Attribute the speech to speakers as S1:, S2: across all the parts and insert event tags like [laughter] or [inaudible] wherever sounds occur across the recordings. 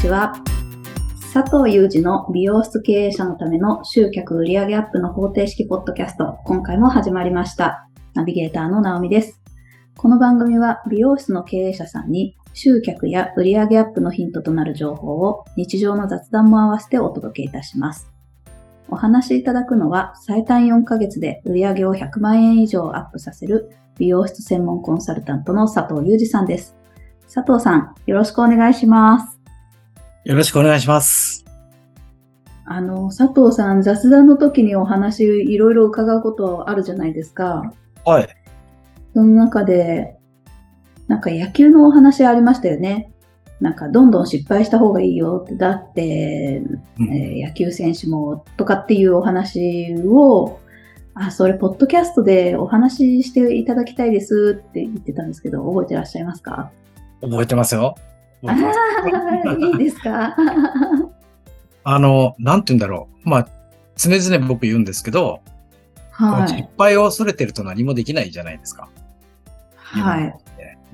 S1: ちは。佐藤祐二の美容室経営者のための集客売上アップの方程式ポッドキャスト、今回も始まりました。ナビゲーターのナオミです。この番組は美容室の経営者さんに集客や売上アップのヒントとなる情報を日常の雑談も合わせてお届けいたします。お話しいただくのは最短4ヶ月で売上を100万円以上アップさせる美容室専門コンサルタントの佐藤祐二さんです。佐藤さん、よろしくお願いします。
S2: よろしくお願いします。
S1: あの、佐藤さん、雑談の時にお話いろいろ伺うことあるじゃないですか。
S2: はい。
S1: その中で、なんか野球のお話ありましたよね。なんか、どんどん失敗した方がいいよって、だって、
S2: うん
S1: えー野球選手もとかっていうお話を、あ、それ、ポッドキャストでお話ししていただきたいですって言ってたんですけど、覚えてらっしゃいますか [laughs]
S2: 覚えてますよ。
S1: あ
S2: 覚えてます
S1: あ、いいですか [laughs]
S2: あの、なんて言うんだろう。まあ、常々僕言うんですけど、
S1: は
S2: 失
S1: い。
S2: 敗を恐れてると何もできないじゃないですか。
S1: はい。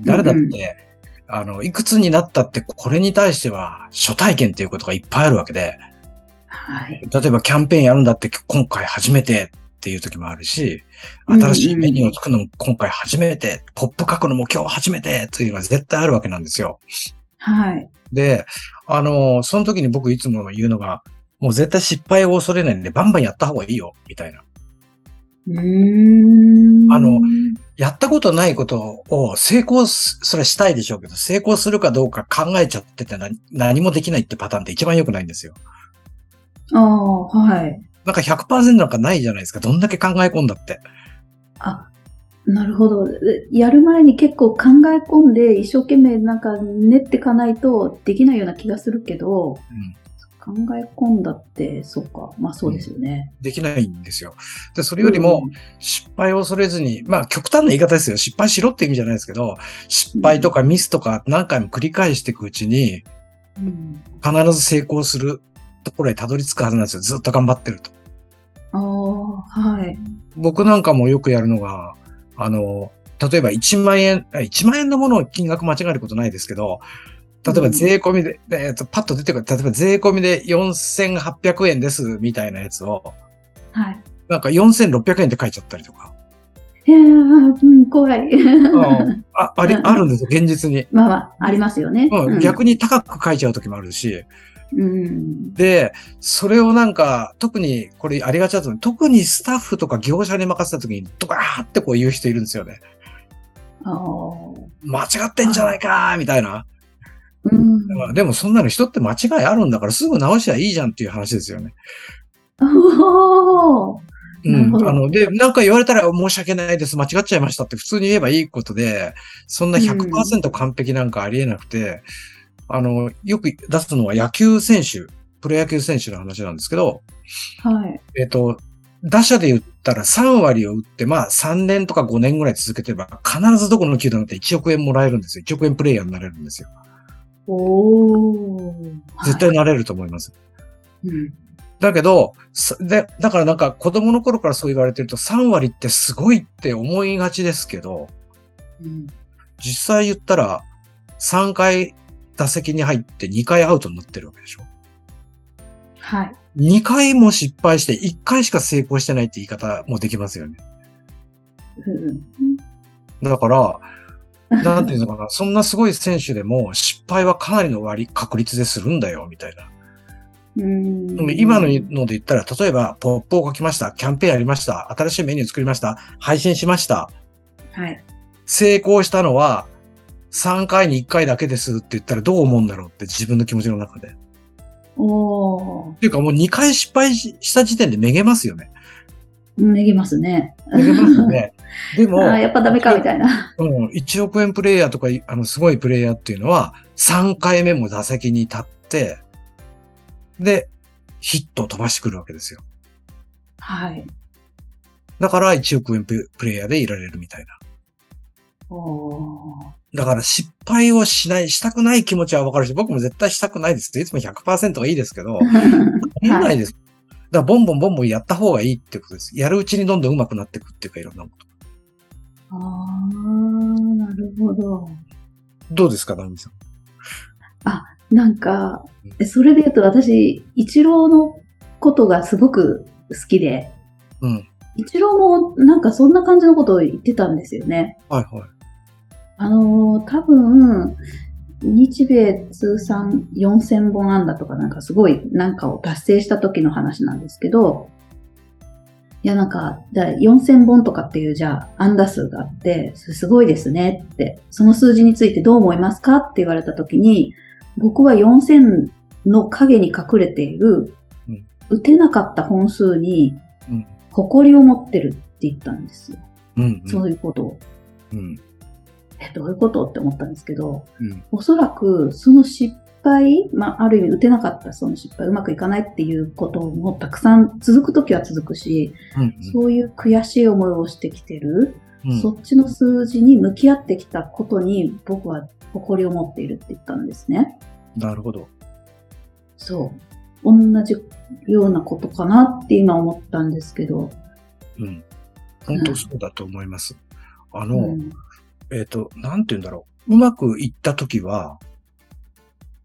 S2: 誰だって、
S1: うん
S2: あの、いくつになったってこれに対しては初体験っていうことがいっぱいあるわけで、
S1: はい。
S2: 例えばキャンペーンやるんだって今回初めてっていう時もあるし、
S1: うん
S2: 新しいメニューを作るのも今回初めて、ポップ書くのも今日初めてというのが絶対あるわけなんですよ。
S1: はい。
S2: で、あのその時に僕いつも言うのが、もう絶対失敗を恐れないんで、バンバンやった方がいいよ、みたいな。
S1: うーん。
S2: あの、やったことないことを成功す、それはしたいでしょうけど、成功するかどうか考えちゃってて何何もできないってパターンって一番良くないんですよ。
S1: ああ、はい。
S2: なんか100%なんかないじゃないですか。どんだけ考え込んだって。
S1: あ、なるほど。えやる前に結構考え込んで、一生懸命なんか練ってかないとできないような気がするけど、
S2: うん
S1: 考え込んだって、そうか。まあそうですよね。
S2: できないんですよ。で、それよりも、失敗を恐れずに、まあ極端な言い方ですよ。失敗しろって意味じゃないですけど、失敗とかミスとか何回も繰り返していくうちに、
S1: うん、うん。
S2: 必ず成功するところへたどり着くはずなんですよ。ずっと頑張ってると。
S1: ああ、はい。
S2: 僕なんかもよくやるのが、あの、例えば1万円、あ1万円のものを金額間違えることないですけど、例えば税込みで、えっと、パッと出てくる、例えば税込みで4800円ですみたいなやつを、
S1: はい。
S2: なんか4600円って書いちゃったりとか。
S1: えー、うん、怖い。 [laughs]
S2: あ、あり、
S1: うん
S2: あるんですよ、現実に。
S1: まあまあ、ありますよね。
S2: うん、
S1: に。
S2: 逆に高く書いちゃう時もあるし、
S1: うん。
S2: で、それをなんか、特に、これありがちだと思う。特にスタッフとか業者に任せた時に、ドカーってこう言う人いるんですよね。
S1: ああ。
S2: 間違ってんじゃないかーみたいな。
S1: うん。
S2: まあでもそんなの人って間違いあるんだからすぐ直しゃいいじゃんっていう話ですよね。
S1: [laughs] おー
S2: う
S1: なるほ
S2: ん。
S1: ど
S2: あの、で、なんか言われたら申し訳ないです。間違っちゃいましたって普通に言えばいいことで、そんな100%完璧なんかありえなくて、あの、よく出すのは野球選手、プロ野球選手の話なんですけど、
S1: はい。
S2: えっ、と、打者で言ったら3割を打って、まあ3年とか5年ぐらい続けてれば、必ずどこの球団だって1億円もらえるんですよ。1億円プレイヤーになれるんですよ。
S1: おー。
S2: 絶対なれると思います。
S1: はい。うん。
S2: だけど、さで、だからなんか子供の頃からそう言われてると3割ってすごいって思いがちですけど、
S1: うん
S2: 実際言ったら3回打席に入って2回アウトになってるわけでしょ。
S1: はい。
S2: 2回も失敗して1回しか成功してないって言い方もできますよね。
S1: うん
S2: だから、なんていうのかな、 [laughs] そんなすごい選手でも失敗はかなりの割、確率でするんだよ、みたいな。
S1: うん
S2: でも今のので言ったら、例えば、ポップを書きました、キャンペーンやりました、新しいメニュー作りました、配信しました。
S1: はい。
S2: 成功したのは、3回に1回だけですって言ったらどう思うんだろうって自分の気持ちの中で。っ
S1: おー。
S2: ていうかもう2回失敗しした時点でめげますよね。
S1: めげますね。
S2: めげます
S1: [laughs]
S2: よね。で
S1: あ
S2: も、
S1: ーやっぱダメかみたいな。
S2: うん、1億円プレイヤーとかい、あの、すごいプレイヤーっていうのは、3回目も打席に立って、で、ヒットを飛ばしてくるわけですよ。
S1: はい。
S2: だから、1億円ププレイヤーでいられるみたいな。
S1: おー。
S2: だから、失敗をしない、したくない気持ちはわかるし、僕も絶対したくないです。いつも100%がいいですけど、思わないです。だから、ボンボンボンボンやった方がいいってことです。やるうちにどんどん上手くなっていくっていうか、いろんなこと。
S1: あー、なるほど。
S2: どうですか、ダミさん。
S1: なんか、それで言うと私、一郎のことがすごく好きで、
S2: うん。
S1: 一郎もなんかそんな感じのことを言ってたんですよね。
S2: はいはい。
S1: あのー多分、日米通算4000本安打とかなんかすごいなんかを達成した時の話なんですけど、いやなんか、だ4000本とかっていうじゃあ安打数があって、それすごいですねって、その数字についてどう思いますかって言われた時に、僕は4000の影に隠れている
S2: うん、
S1: 打てなかった本数に
S2: うん。
S1: 誇りを持ってるって言ったんですよ。
S2: うん。
S1: そういうことを。
S2: うん。
S1: え、どういうことって思ったんですけど、
S2: うん
S1: おそらくその失敗、まあ、ある意味打てなかったその失敗、うまくいかないっていうこともたくさん続くときは続くし、
S2: うん。
S1: そういう悔しい思いをしてきてる、
S2: うん。
S1: そっちの数字に向き合ってきたことに僕は誇りを持っているって言ったんですね。
S2: なるほど。
S1: そう。同じようなことかなって今思ったんですけど。
S2: うん。本当そうだと思います。あの、
S1: うん
S2: えっ、と、なんて言うんだろう。うまくいったときは、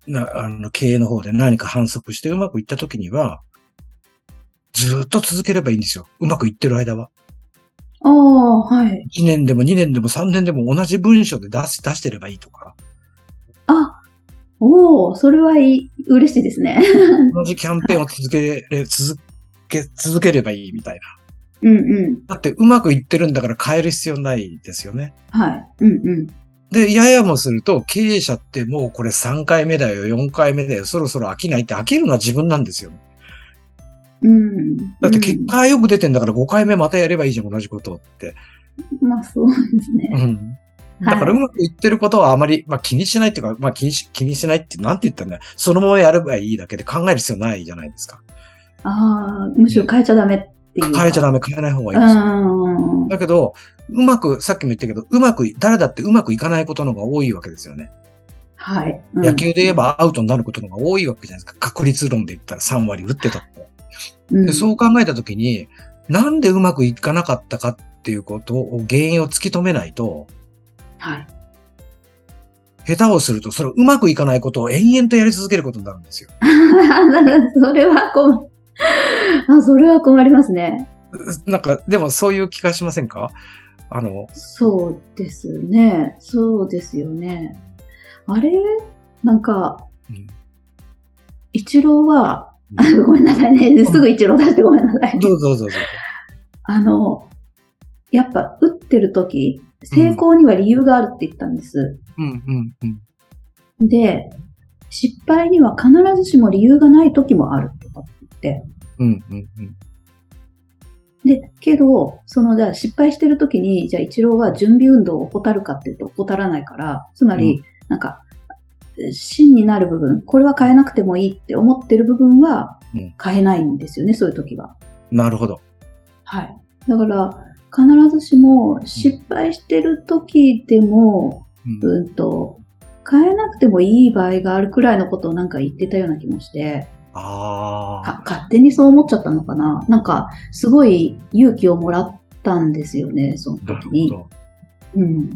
S2: な、あの、経営の方で何か反則してうまくいったときには、ずーっと続ければいいんですよ。うまくいってる間は。
S1: ああ、はい。
S2: 1年でも2年でも3年でも同じ文章で出し、出してればいいとか、
S1: あ、おお、それはいい、嬉しいですね。 [laughs]
S2: 同じキャンペーンを続けれ、続け、続ければいいみたいな。
S1: うんうん。
S2: だってうまくいってるんだから変える必要ないですよね。
S1: はい。うんうん。
S2: で、ややもすると、経営者ってもうこれ3回目だよ、4回目だよ、そろそろ飽きないって飽きるのは自分なんですよ。
S1: うん
S2: だって結果がよく出てんだから5回目またやればいいじゃん、同じことって。
S1: うんまあそうですね。
S2: うん。だからう
S1: はい
S2: まくいってることはあまり、まあ気にしないっていうか、まあ気にし、気にしないって、なんて言ったんだよ。そのままやればいいだけで考える必要ないじゃないですか。
S1: ああ、むしろ変えちゃダメっていう。
S2: 変えち
S1: メ。
S2: ゃダメ、変えない方がいいですよ。
S1: うん。
S2: だけど、うまく、さっきも言ったけど、うまくい、誰だってうまくいかないことの方が多いわけですよね。
S1: はい。
S2: 野球で言えばアウトになることの方が多いわけじゃないですか。確率論で言ったら3割打ってたって。
S1: うん、
S2: でそう考えたときに、なんでうまくいかなかったかっていうことを、原因を突き止めないと、
S1: はい。 [laughs]
S2: 下手をすると、それをうまくいかないことを延々とやり続けることになるんですよ。 [laughs]
S1: それは困る。あ、それは困りますね。
S2: なんか、でもそういう気がしませんかあの、
S1: そうですね。そうですよね。あれなんか、
S2: うん
S1: 一郎は、
S2: う
S1: あ [laughs] ごめんなさいね。すぐ一郎出してごめんなさい。
S2: どうぞどうぞどうぞ。
S1: あの、やっぱ打ってる時、成功には理由があるって言ったんです。
S2: うんうんうん。
S1: で、失敗には必ずしも理由がない時もあるとかって
S2: うんうんうん。
S1: 言って。で、けど、その、じゃあ失備してる時に、じゃあ一郎は準備運動を怠るかっていうと怠らないから、つまり、
S2: う
S1: なんか、芯になる部分、これは変えなくてもいいって思ってる部分は
S2: うん
S1: 変えないんですよね、そういう時は。
S2: なるほど。
S1: はい。だから、必ずしも失敗してる時でも、
S2: うん
S1: うんと、変えなくてもいい場合があるくらいのことをなんか言ってたような気もして、
S2: あ
S1: か勝手にそう思っちゃったのかななんか、すごい勇気をもらったんですよね、その
S2: あ。なる
S1: 時
S2: ほ
S1: に。
S2: ど。
S1: うん。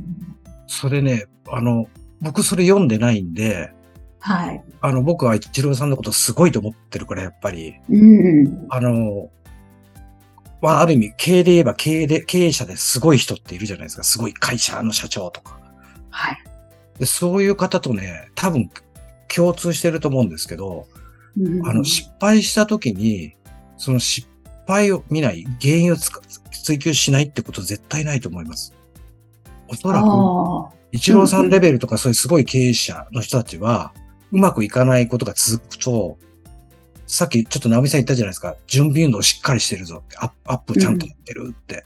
S2: それね、あの、僕それ読んでないんで、
S1: はい。
S2: あの、僕は一郎さんのことすごいと思ってるから、やっぱり。
S1: うん。
S2: あの、まあ、ある意味、経営で言えば経営で、経営者ですごい人っているじゃないですか。すごい会社の社長とか。
S1: はい。
S2: でそういう方とね、多分共通してると思うんですけど、
S1: うん
S2: あの、失敗した時に、その失敗を見ない、原因をつか追求しないってこと絶対ないと思います。おそらく、
S1: ああ。
S2: 一郎さんレベルとかそういうすごい経営者の人たちは、うまくいかないことが続くと、さっきちょっと直美さん言ったじゃないですか、準備運動しっかりしてるぞって、アップアップちゃんとやってるって、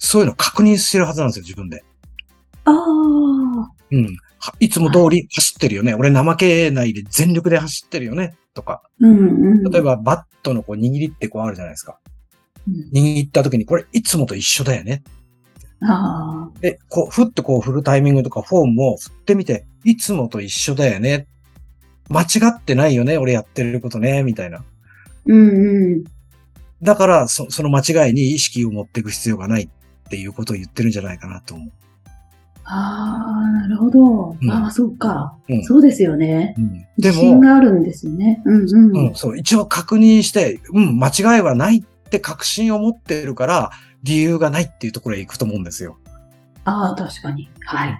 S2: そういうの確認してるはずなんですよ、自分で。
S1: ああ。
S2: うん。はいつも通り走ってるよね。俺怠けないで全力で走ってるよね。とか。
S1: うんうん。
S2: 例えば、バットのこう握りってこうあるじゃないですか。
S1: うん
S2: 握った時にこれいつもと一緒だよね。
S1: ああ。
S2: で、こう、ふっとこう振るタイミングとかフォームを振ってみて、いつもと一緒だよね。間違ってないよね。俺やってることね。みたいな。
S1: うんうん。
S2: だから、そその間違いに意識を持っていく必要がないっていうことを言ってるんじゃないかなと思う。
S1: ああ、なるほど。
S2: うん
S1: ああ、そうか、
S2: うん
S1: そうですよね。
S2: うんで
S1: 自信
S2: も、
S1: があるんですよね。うんう。
S2: うんん、そう、一応確認して、うん、間違いはないって確信を持ってるから、理由がないっていうところへ行くと思うんですよ。
S1: ああ、確かに。はい。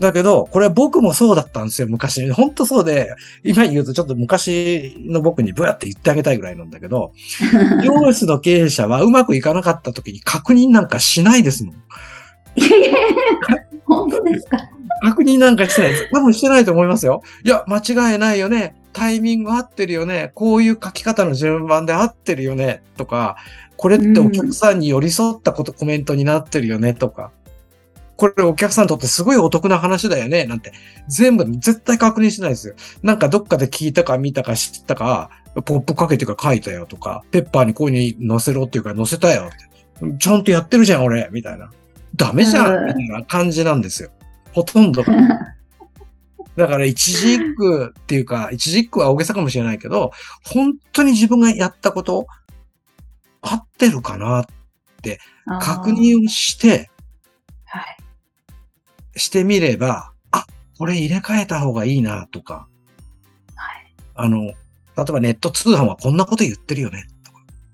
S2: だけど、これ僕もそうだったんですよ、昔。本当そうで、今言うとちょっと昔の僕にブヤって言ってあげたいぐらいなんだけど、教室の経営者はうまくいかなかった時に確認なんかしないですもん。
S1: いやいやいや [laughs] 本当ですか。
S2: 確認なんかしてないです。多分してないと思いますよ。いや、間違いないよね。タイミング合ってるよね。こういう書き方の順番で合ってるよね。とか、これってお客さんに寄り添ったこと、コメントになってるよね。とか、これお客さんにとってすごいお得な話だよね。なんて、全部絶対確認しないですよ。なんかどっかで聞いたか見たか知ったか、ポップかけてか書いたよとか、ペッパーにこういうふうに載せろっていうから載せたよって。ちゃんとやってるじゃん、俺。みたいな。ダメじゃ
S1: うん
S2: ん。みたいな感じなんですよ。ほとんどが。だから、一軸っていうか、一軸は大げさかもしれないけど、本当に自分がやったこと、合ってるかな
S1: あー
S2: 確。認をして、
S1: はい。
S2: してみれば、あ、これ入れ替えた方がいいな、とか。
S1: は
S2: あの、例えばネット通販はこんなこと言ってるよね。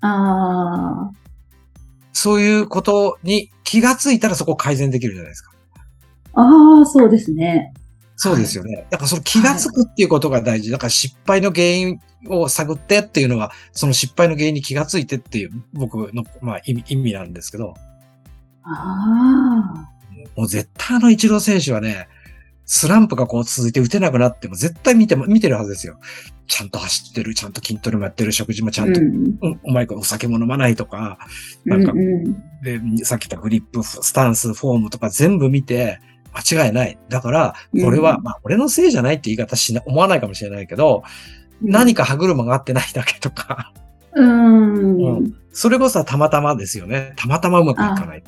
S1: ああ、
S2: そういうことに気がついたらそこを改善できるじゃないですか。
S1: ああ、そうですね。
S2: そうですよね。だからその気がつくっていうことが大事。だから失敗の原因を探ってっていうのは、その失敗の原因に気がついてっていう僕の、まあ、意味意味なんですけど、
S1: あ
S2: もう絶対あの一郎選手はね、スランプがこう続いて打てなくなっても絶対見ても、見てるはずですよ。ちゃんと走ってる、ちゃんと筋トレもやってる、食事もち
S1: あ。
S2: ゃ
S1: うん
S2: と、
S1: ん。
S2: うんお前これお酒も飲まないとか、なんか
S1: うんうん
S2: で、さっき言ったグリップ、スタンス、フォームとか全部見て、間違いない。だから、これは、
S1: うん
S2: まあ、俺のせいじゃないって言い方しな、思わないかもしれないけど、何か歯車が合ってないだけとか、 [laughs]
S1: うん、
S2: うそれこそはたまたまですよね。たまたまうまくいかない。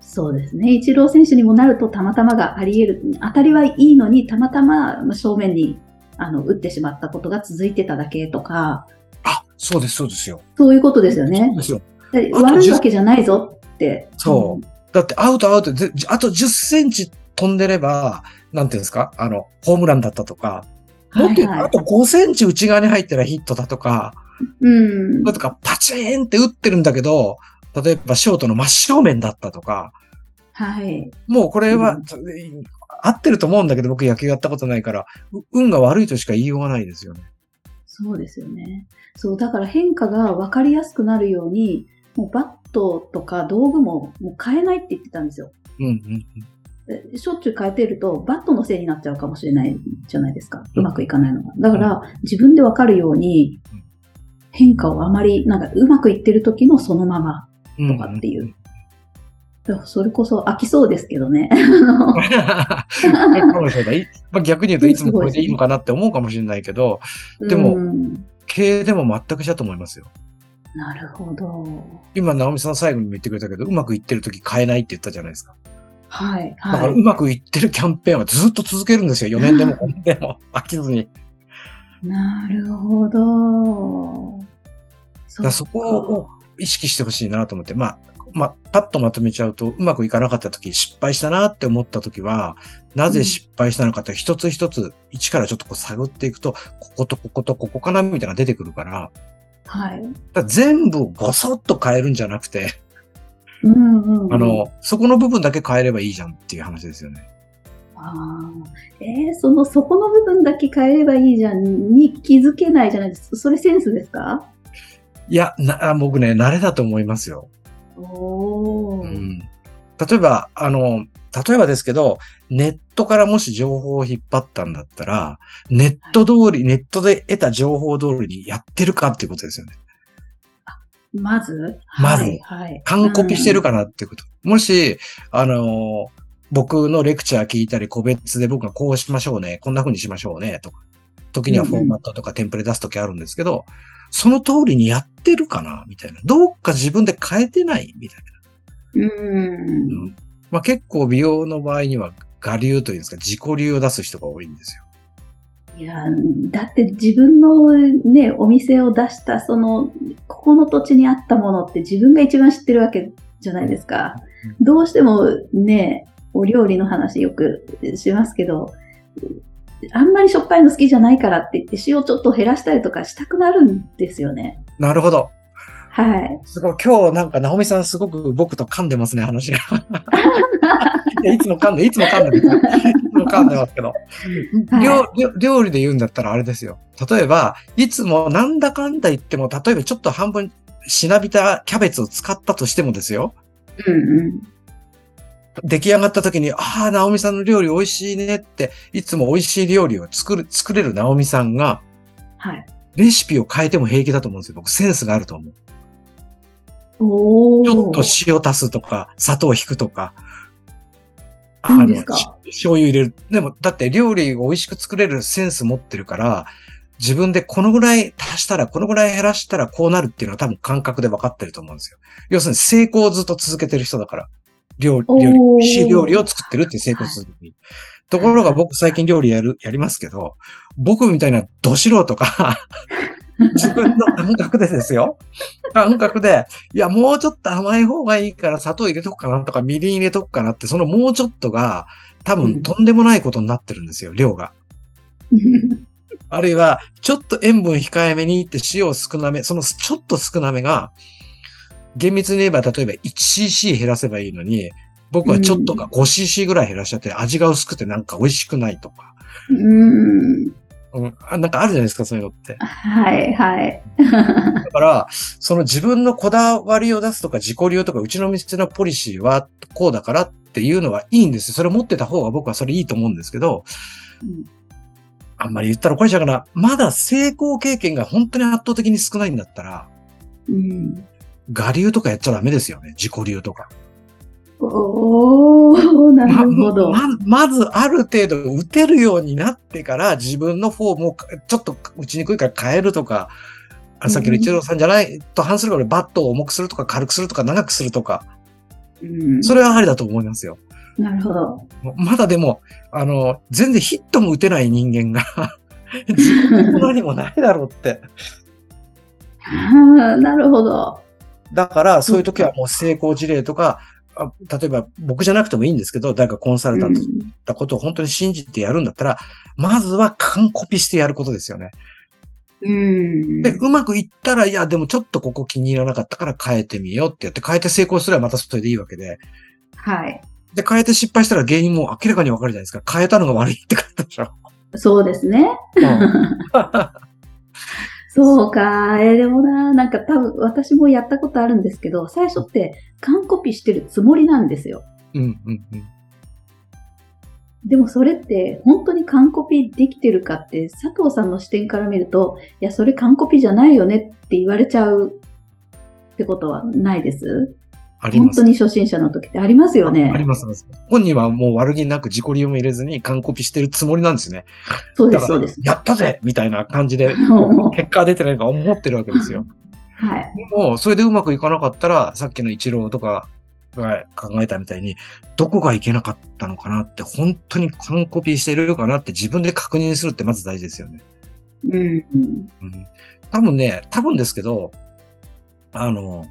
S1: そうですね。イチロー選手にもなるとたまたまがあり得る。当たりはいいのに、たまたままあ正面にあの打ってしまったことが続いてただけとか、
S2: あ、そうです、そうですよ。
S1: そういうことですよ
S2: そう
S1: ね
S2: で。すよ。
S1: で
S2: あと
S1: 悪いわけじゃないぞって。。
S2: そうだって、アウトアウト、ぜあと10センチ飛んでれば、なんていうんですかあの、ホームランだったとか、もっと言うと
S1: はいはい
S2: あと5センチ内側に入ったらヒットだとか、
S1: うん
S2: だ。とか、パチーンって打ってるんだけど、例えばショートの真正面だったとか、
S1: はい。
S2: もうこれは、
S1: うん
S2: ちょ合ってると思うんだけど、僕野球やったことないから、う運が悪いとしか言いようがないですよね。
S1: そうですよね。そう、だから変化が分かりやすくなるように、もうバットとか道具ももう変えないって言ってたんですよ。
S2: うんうん
S1: えしょっちゅう変えてると、バットのせいになっちゃうかもしれないじゃないですか。うまくいかないのが。だから、自分でわかるように
S2: うん、
S1: 変化をあまり、なんか、うまくいってる時のそのまま。
S2: うん。
S1: とかっていうん
S2: んん。
S1: だからそれこそ飽きそうですけどね。あ
S2: かもしれない。 [laughs] まあ逆に言うといつもこれでいいのかなって思うかもしれないけど、
S1: の
S2: [laughs] でも
S1: うん
S2: 経営でも全く一緒だと思いますよ。
S1: なるほど。
S2: 今、直美さん最後にも言ってくれたけど、うまくいってる時変えないって言ったじゃないですか。
S1: はい、
S2: だから
S1: は
S2: う
S1: い。
S2: まくいってるキャンペーンはずっと続けるんですよ。4年でも5年で
S1: [laughs]
S2: も飽きずに。
S1: なるほど。そ
S2: だからそこを意識してほしいなと思って、まあ、まあ、パッとまとめちゃうと、うまくいかなかった時、失敗したなって思った時は、なぜ失敗したのかって一つ一つ、一からちょっとこう探っていくと、こことこことここかなみたいなのが出てくるから、だか
S1: はい。
S2: ら全部ごそっと変えるんじゃなくて、
S1: うんうんうん
S2: あの、そこの部分だけ変えればいいじゃんっていう話ですよね。
S1: あーえーその、そこの部分だけ変えればいいじゃんに気づけないじゃないですか。それセンスですか
S2: いや、な、僕ね、慣れだと思いますよ。
S1: お
S2: う
S1: ー
S2: ん。例えば、あの、例えばですけど、ネットからもし情報を引っ張ったんだったら、ネット通り、ネットで得た情報通りにやってるかっていうことですよね。
S1: まず
S2: まず
S1: はいはい。
S2: 完コピしてるかなっていうこと。もし、あの、僕のレクチャー聞いたり、個別で僕がこうしましょうね、こんな風にしましょうね、とか。時にはフォーマットとかテンプレ出すときあるんですけど、その通りにやってるかなみたいな。どっか自分で変えてないみたいな。
S1: うん。うん。
S2: まあ、結構美容の場合には、我流というんですか、自己流を出す人が多いんですよ。
S1: いや、だって自分のね、お店を出した、その、ここの土地にあったものって自分が一番知ってるわけじゃないですか。どうしてもね、お料理の話よくしますけど、あんまりしょっぱいの好きじゃないからって言って塩ちょっと減らしたりとかしたくなるんですよね。
S2: なるほど。
S1: はい。
S2: すごい、今日なんか、直美さんすごく僕と噛んでますね、話が。いやいつも噛んで、いつも噛んでます、いつも噛んでますけど。
S1: はい
S2: 料料料理で言うんだったらあれですよ。例えば、いつもなんだかんだ言っても、例えばちょっと半分しなびたキャベツを使ったとしてもですよ。
S1: うんうん。
S2: 出来上がった時に、ああ、ナオミさんの料理美味しいねって、いつも美味しい料理を作る、作れるナオミさんが、
S1: はい。
S2: レシピを変えても平気だと思うんですよ。僕、センスがあると思う。
S1: おー
S2: ちょっと塩足すとか、砂糖引くとか。
S1: いいん
S2: の
S1: ですか
S2: し醤油入れる。でも、だって料理を美味しく作れるセンス持ってるから、自分でこのぐらい足したら、このぐらい減らしたらこうなるっていうのは多分感覚で分かってると思うんですよ。要するに成功をずっと続けてる人だから。料理、
S1: おー
S2: 料理、美味しい料理を作ってるっていう成功続き。ところが僕最近料理やる、やりますけど、僕みたいなど素
S1: [laughs]
S2: 人が、自分の感覚でですよ。感覚で、いや、もうちょっと甘い方がいいから砂糖入れとくかなとか、みりん入れとくかなって、そのもうちょっとが、多
S1: うん
S2: 分とんでもないことになってるんですよ、量が。あるいは、ちょっと塩分控えめにって塩を少なめ、そのちょっと少なめが、厳密に言えば、例えば 1cc 減らせばいいのに、僕はちょっとか 5cc ぐらい減らしちゃって、味が薄くてなんか美味しくないとか。
S1: [laughs] うん。
S2: うん、あなんかあるじゃないですか、そういうのって。
S1: はい、はい。
S2: だから、その自分のこだわりを出すとか自己流とか、うちの店のポリシーはこうだからっていうのはいいんですよ。それ持ってた方が僕はそれいいと思うんですけど、
S1: うん
S2: あんまり言ったらこれじゃうから、まだ成功経験が本当に圧倒的に少ないんだったら、
S1: うん、
S2: 我流とかやっちゃダメですよね。自己流とか。
S1: おー、な
S2: ま
S1: るほど。
S2: ままずある程度打てるようになってから自分のフォームをかちょっと打ちにくいから変えるとか、あさっきの一郎さんじゃないと反するからバットを重くするとか軽くするとか長くするとか、
S1: うん、
S2: それはありだと思いますよ。
S1: なるほ
S2: [laughs]
S1: ど。
S2: まだでも、あの、全然ヒットも打てない人間が自分の何もないだろうって。
S1: あーなるほど。
S2: だから、そういう時はもう成功事例とか、あ例えば僕じゃなくてもいいんですけど、誰かコンサルタント
S1: う
S2: ったことを本当に信じてやるんだったら、まずは完コピしてやることですよね。
S1: ん。
S2: で、うまくいったら、いや、でもちょっとここ気に入らなかったから変えてみようってやって、変えて成功すればまたそれでいいわけで。
S1: はい。
S2: で、変えて失敗したら原因も明らかにわかるじゃないですか。変えたのが悪いってことで
S1: [laughs]
S2: しょ。
S1: そうですね。
S2: うん
S1: そうか。えーでもな、なんか多分私もやったことあるんですけど、最初って完コピしてるつもりなんですよ。
S2: うんうんうん。
S1: でもそれって本当に完コピできてるかって佐藤さんの視点から見ると、いや、それ完コピじゃないよねって言われちゃうってことはないです。
S2: あり
S1: 本
S2: ます。
S1: 当に初心者の時ってありますよね
S2: あ。りますあります。本人はもう悪気なく自己理をも入れずに完コピしてるつもりなんですね。
S1: そうで
S2: だ
S1: す、
S2: か
S1: そう
S2: ら
S1: です、。
S2: やったぜみたいな感じで、
S1: [laughs] は
S2: 結果出てないから思ってるわけですよ。
S1: い。
S2: でも、それでうまくいかなかったら、さっきの一郎とかが考えたみたいに、どこがいけなかったのかなって、本当に完コピーしてるかなって自分で確認するってまず大事ですよね。
S1: うん。
S2: うん、多分ね、多分ですけど、あの、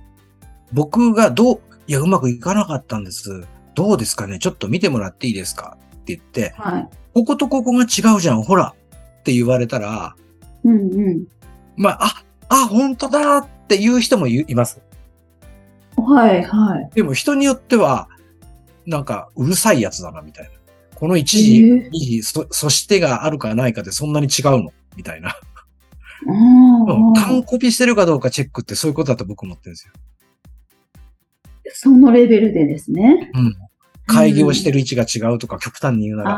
S2: 僕がどう、いや、うまくいかなかったんです。どうですかねちょっと見てもらっていいですかって言って、
S1: はい。
S2: こことここが違うじゃん、ほらって言われたら、
S1: うんうん。
S2: まあ、あ、あ、本当だっていう人もいいます。
S1: はい、はい。
S2: でも人によっては、なんか、うるさいやつだな、みたいな。この1
S1: え
S2: 時、
S1: ー
S2: 2時、そ、そしてがあるかないかでそんなに違うのみたいな。
S1: あ
S2: うん
S1: ー
S2: 完コピしてるかどうかチェックってそういうことだと僕思ってるんですよ。
S1: そのレベルでですね。
S2: うん。会議をしてる位置が違うとか、極端に言うな
S1: あ
S2: ら、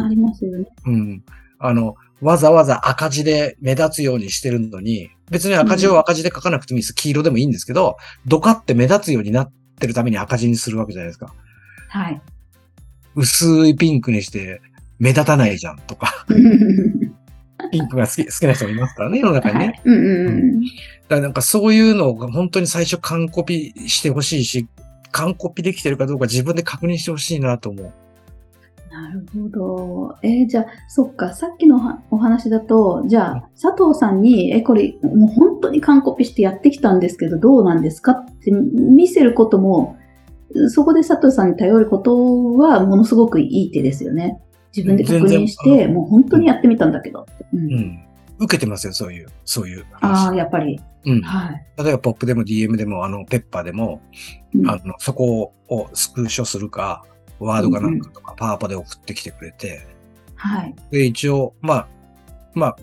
S1: あ、ありますよね。
S2: うん。あの、わざわざ赤字で目立つようにしてるのに、別に赤字を赤字で書かなくてもいいです。黄色でもいいんですけど、ドカって目立つようになってるために赤字にするわけじゃないですか。
S1: はい。
S2: 薄いピンクにして目立たないじゃんとか。
S1: [laughs]
S2: ピンクが好き好きな人もいますからね、世の中に
S1: は
S2: ね。
S1: い。うんうん
S2: だからなんかそういうのが本当に最初完コピしてほしいし、完コピできてるかどうか自分で確認してほしいなと思う。
S1: うん。なるほど。えーじゃあ、そっか、さっきのはお話だと、じゃあ、佐藤さんに、え、これ、もう本当に完コピしてやってきたんですけど、どうなんですかって見せることも、そこで佐藤さんに頼ることは、ものすごくいい手ですよね。自分で確認し
S2: 全
S1: て、もう本当にやってみたんだけどって。う
S2: うんん。受けてますよ、そういう、そういう
S1: あ
S2: 話。
S1: あ、やっぱり。
S2: うん。
S1: はい。
S2: 例えば、ポップでも DM でも、あの、ペッパーでも、
S1: うん
S2: あの、そこをスクショするか、ワードかなんかとか、パワポで送ってきてくれて、
S1: はい。
S2: で、一応、まあ、まあ、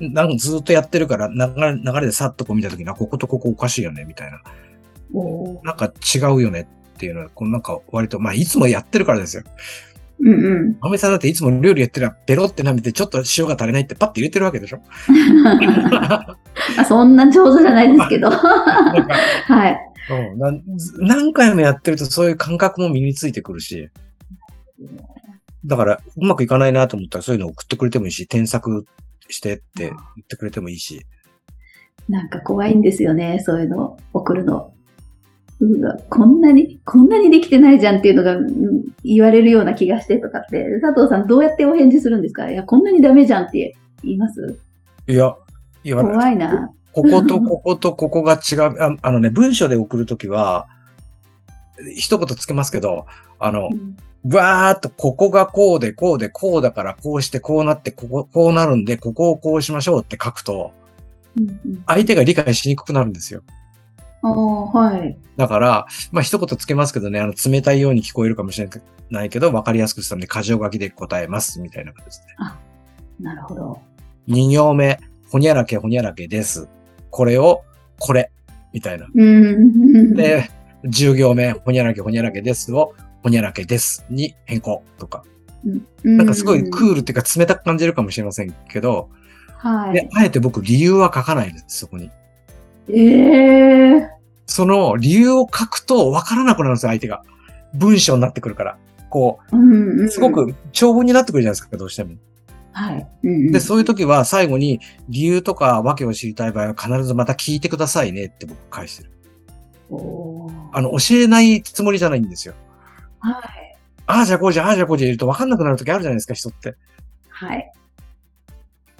S2: なんかずっとやってるから、流れ流れでさっとこう見たときに、あこことここおかしいよね、みたいな。
S1: おお。
S2: なんか違うよねっていうのは、このなんか割と、まあ、いつもやってるからですよ。
S1: うんうん。 [laughs]
S2: まめさんだっていつも料理やってるら、ペロって舐めて、ちょっと塩が足りないってパッて入れてるわけでしょ
S1: あそんな上手じゃないですけ
S2: [laughs]
S1: ど。
S2: なんか
S1: はい。
S2: うんなん何回もやってるとそういう感覚も身についてくるし、だからうまくいかないなと思ったらそういうの送ってくれてもいいし、添削してって言ってくれてもいいし、
S1: なんか怖いんですよね、そういうの、送るの。うわ、こんなに、こんなにできてないじゃんっていうのがうん言われるような気がしてとかって、佐藤さんどうやってお返事するんですかいや、こんなにダメじゃんって言います
S2: いや、言わない。
S1: 怖いな。
S2: ここと [laughs] こことここが違う。ああのね、文章で送るときは、一言つけますけど、あの、わーっとここがこうでこうでこうだからこうしてこうなってここ、こうなるんで、ここをこうしましょうって書くと、
S1: うんうん
S2: 相手が理解しにくくなるんですよ。
S1: ああ、はい。
S2: だから、まあ、一言つけますけどね、あの、冷たいように聞こえるかもしれないけど、わかりやすくしたんで、箇条書きで答えます、みたいな形で。
S1: なるほど。
S2: 2行目、ほにゃらけほにゃらけです。これを、これ、みたいな。
S1: うん。
S2: で、10行目、ほにゃらけほにゃらけですを、ほにゃらけですに変更とか。
S1: な
S2: なんかすごいクールっていうか冷たく感じるかもしれませんけど、
S1: は
S2: で
S1: い。、
S2: あえて僕理由は書かないんです、そこに。
S1: ええ
S2: その理由を書くと分からなくなるんですよ、相手が。文章になってくるから。こ
S1: うんうん。
S2: う、すご。く長文になってくるじゃないですか、どうしても。
S1: はい。うんうん
S2: で、そういう時は最後に理由とか訳を知りたい場合は必ずまた聞いてくださいねって僕返してる。
S1: おー
S2: あの、教えないつもりじゃないんですよ。
S1: はい。
S2: ああじゃこうじゃ、ああじゃこうじゃ言うと分かんなくなる時あるじゃないですか、人って。
S1: はい。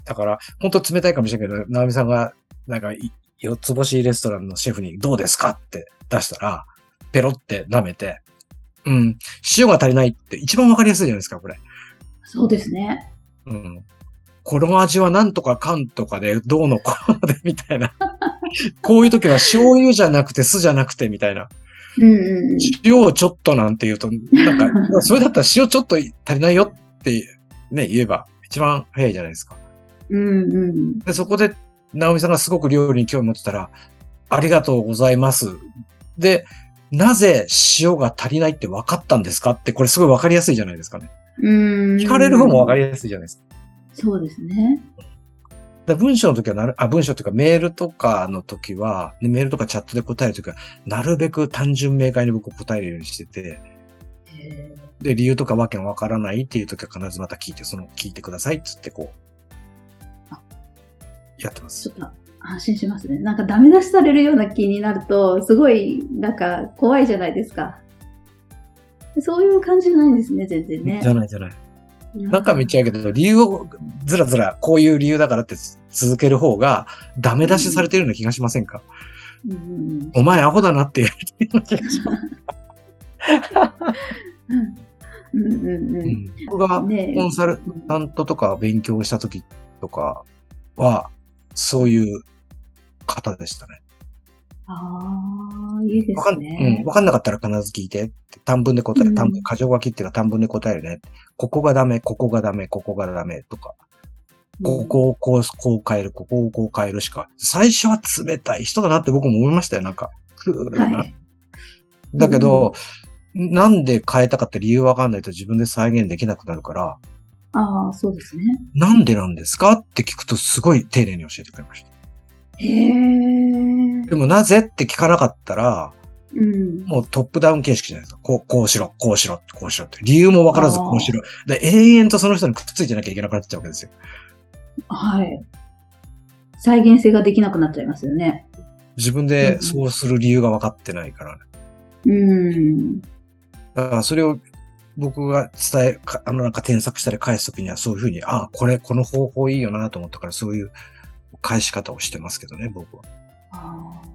S2: だから、本当冷たいかもしれないけど、ナオミさんが、なんかい、四つ星レストランのシェフにどうですかって出したら、ペロって舐めて、うん、塩が足りないって一番わかりやすいじゃないですか、これ。
S1: そうですね。
S2: うん。この味はなんとかかんとかで、どうのこうので、みたいな。 [laughs] こういう時は醤油じゃなくて酢じゃなくて、みたいな。
S1: うんうんうん。
S2: 塩をちょっとなんて言うと、なんか、 [laughs] それだったら塩ちょっと足りないよって、ね、言えば、一番早いじゃないですか。
S1: うんうん。
S2: で、そこで、直美さんがすごく料理に興味持ってたら、ありがとうございます。で、なぜ塩が足りないって分かったんですかって、これすごい分かりやすいじゃないですかね。
S1: 聞
S2: 聞かれる方も分か
S1: り
S2: りやすいじゃないですか。
S1: そうですね。
S2: だから文章の時はなる、あ、文章というかメールとかの時は、ねメールとかチャットで答える時は、なるべく単純明快に僕答えるようにしてて、
S1: へ
S2: で、理由とかわけのわからないっていう時は必ずまた聞いて、その聞いてくださいっつってこう
S1: あ、
S2: やってま
S1: ーち
S2: す。
S1: ょっと安心しますね。なんかダメ出しされるような気になると、すごいなんか怖いじゃないですか。そういう感じじゃないんですね、全然ね
S2: じ。ゃないじゃない。
S1: な
S2: なんか見ちゃうけど、理由をずらずら、こういう理由だからって続ける方が、ダメ出しされてるような気がしませんか、
S1: うんうん
S2: お前アホだなって言われてるような気がします。
S1: うんうんうん
S2: う
S1: うん
S2: ん僕が
S1: ねえ
S2: コンサルタントとか勉強した時とかは、そういう方でしたね。
S1: ああ、いいで
S2: わか
S1: す
S2: ん,、
S1: ね
S2: うん、。わかんなかったら必ず聞いてって。短文で答
S1: う
S2: える。
S1: ん
S2: 短文、箇条書きっていうか短文で答えるね。ここがダメ、ここがダメ、ここがダメとか。ここをこう、こう変える、ここをこう変えるしか。最初は冷たい人だなって僕も思いましたよ、なんか。クールだな。
S1: はい。
S2: だけど、なんで変えたかって理由わかんないと自分で再現できなくなるから、
S1: ああ、そうですね。
S2: なんでなんですかって聞くとすごい丁寧に教えてくれました。
S1: へえ。うん
S2: でもなぜって聞かなかったら、。もうトップダウン形式じゃないですか。こう、こうしろ、こうしろ、こうしろって。理由もわからず
S1: あー
S2: こうしろ。で、永遠とその人にくっついてなきゃいけなくなっちゃうわけですよ。
S1: はい。再現性ができなくなっちゃいますよね。
S2: 自分でそうする理由が分かってないからね
S1: うん。
S2: だからそれを僕が伝え、かあのなんか添削したり返すときにはそういうふうに、ああ、これ、この方法いいよなと思ったからそういう返し方をしてますけどね、僕は。
S1: あー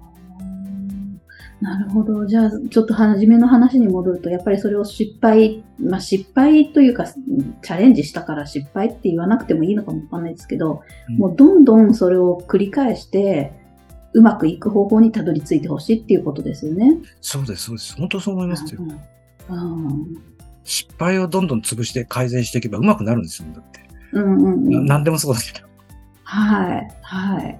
S1: なるほど。じゃあ、ちょっと初めの話に戻ると、やっぱりそれを失敗、まあ失敗というか、うんチャレンジしたから失敗って言わなくてもいいのかもわかんないですけど、
S2: うん
S1: もうどんどんそれを繰り返して、うまくいく方法にたどり着いてほしいっていうことですよね。
S2: そうです、そうです。本当そう思いますよ。
S1: うんうん
S2: 失敗をどんどん潰して改善していけばうまくなるんですよ、だって。
S1: うんうんうん
S2: な何でもそうだけど。
S1: はい、はい。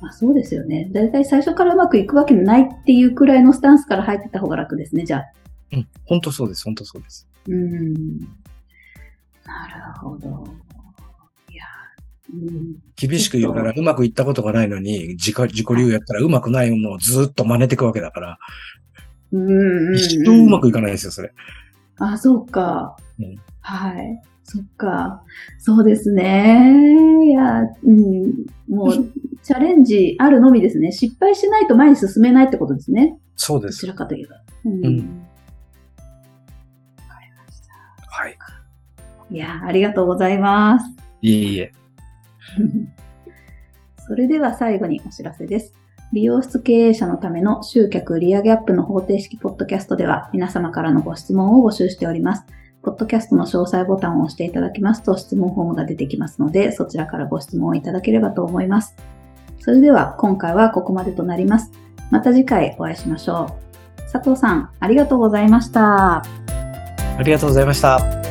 S1: まあ、そうですよね。だいたい最初からうまくいくわけないっていうくらいのスタンスから入ってた方が楽ですね、じゃあ。
S2: うん、本当そうです、本当そうです。
S1: うん。なるほど。いや、うん、
S2: 厳しく言うからうまくいったことがないのに、自己自己流やったらうまくないものをずっと真似ていくわけだから、
S1: うんうん、うん。
S2: 一生うまくいかないですよ、それ。
S1: あ、そうか。
S2: うん
S1: はい。そっか。そうですね。いや、うん。も
S2: [laughs]
S1: う、チャレンジあるのみですね。失敗しないと前に進めないってことですね。
S2: そう
S1: ど
S2: で
S1: ち
S2: す。
S1: らかといえば。うん。
S2: う
S1: わ
S2: ん
S1: かりました。
S2: はい。
S1: いや、ありがとうございます。
S2: いえいえ。
S1: [laughs] それでは最後にお知らせです。美容室経営者のための集客売上アップの方程式ポッドキャストでは皆様からのご質問を募集しております。ポッドキャストの詳細ボタンを押していただきますと質問フォームが出てきますので、そちらからご質問をいただければと思います。それでは今回はここまでとなります。また次回お会いしましょう。佐藤さん、ありがとうございました。
S2: ありがとうございました。